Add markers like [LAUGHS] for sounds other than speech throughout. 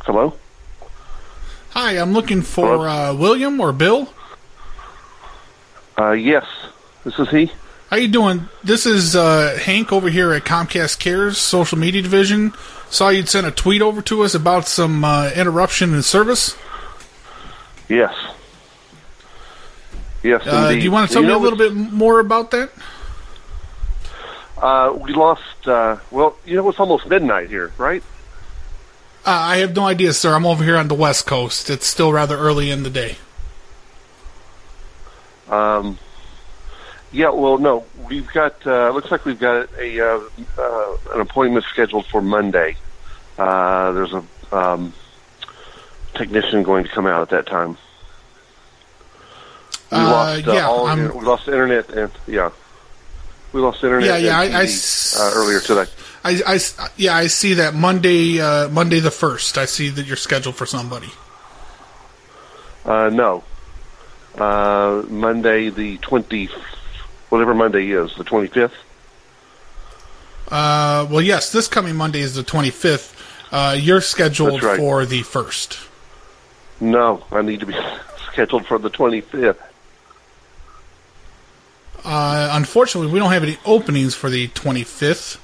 Hello? Hi, I'm looking for uh, William or Bill. Uh, yes, this is he. How you doing? This is uh, Hank over here at Comcast Cares Social Media Division. Saw you'd sent a tweet over to us about some uh, interruption in service. Yes. Yes, Uh, do indeed. you want to tell me know a little bit more about that? what's- Uh, we lost. Uh, well, you know it's almost midnight here, right? Uh, I have no idea, sir. I'm over here on the West Coast. It's still rather early in the day. Um, yeah. Well, no, we've got. Uh, looks like we've got a uh, uh, an appointment scheduled for Monday. Uh, there's a um, technician going to come out at that time. We Uh, lost. Uh, yeah, all I'm- inter- we lost the internet and yeah. We lost the internet. Yeah, yeah, and I- I TV, s- uh, earlier today. I, I s- yeah, I see that Monday, uh, Monday the first. I see that you're scheduled for somebody. Uh, no. Uh, Monday the 20, whatever Monday is, the 25th. Uh, well, yes, this coming Monday is the 25th. Uh, you're scheduled That's right. for the first. No, I need to be [LAUGHS] scheduled for the 25th. Uh, unfortunately, we don't have any openings for the 25th.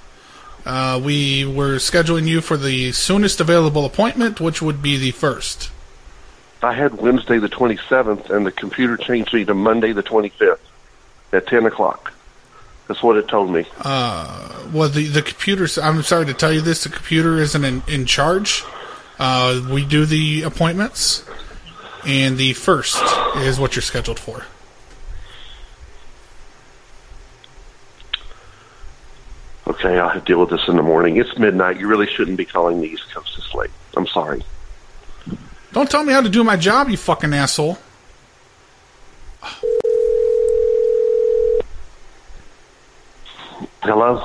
Uh, we were scheduling you for the soonest available appointment, which would be the first. I had Wednesday the 27th, and the computer changed me to Monday the 25th at 10 o'clock. That's what it told me. Well, the the computer's. I'm sorry to tell you this. The computer isn't in, in charge. Uh, we do the appointments, and the first is what you're scheduled for. Okay, I'll have to deal with this in the morning. It's midnight. You really shouldn't be calling the East Coast this late. I'm sorry. Don't tell me how to do my job, you fucking asshole. Hello?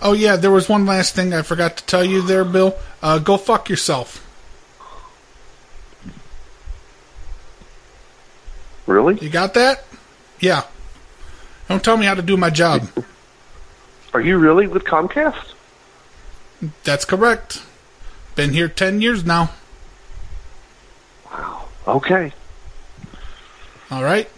Oh yeah, there was one last thing I forgot to tell you there, Bill. Uh, go fuck yourself. Really? You got that? Yeah. Don't tell me how to do my job. Are you really with Comcast? That's correct. Been here ten years now. Okay. All right.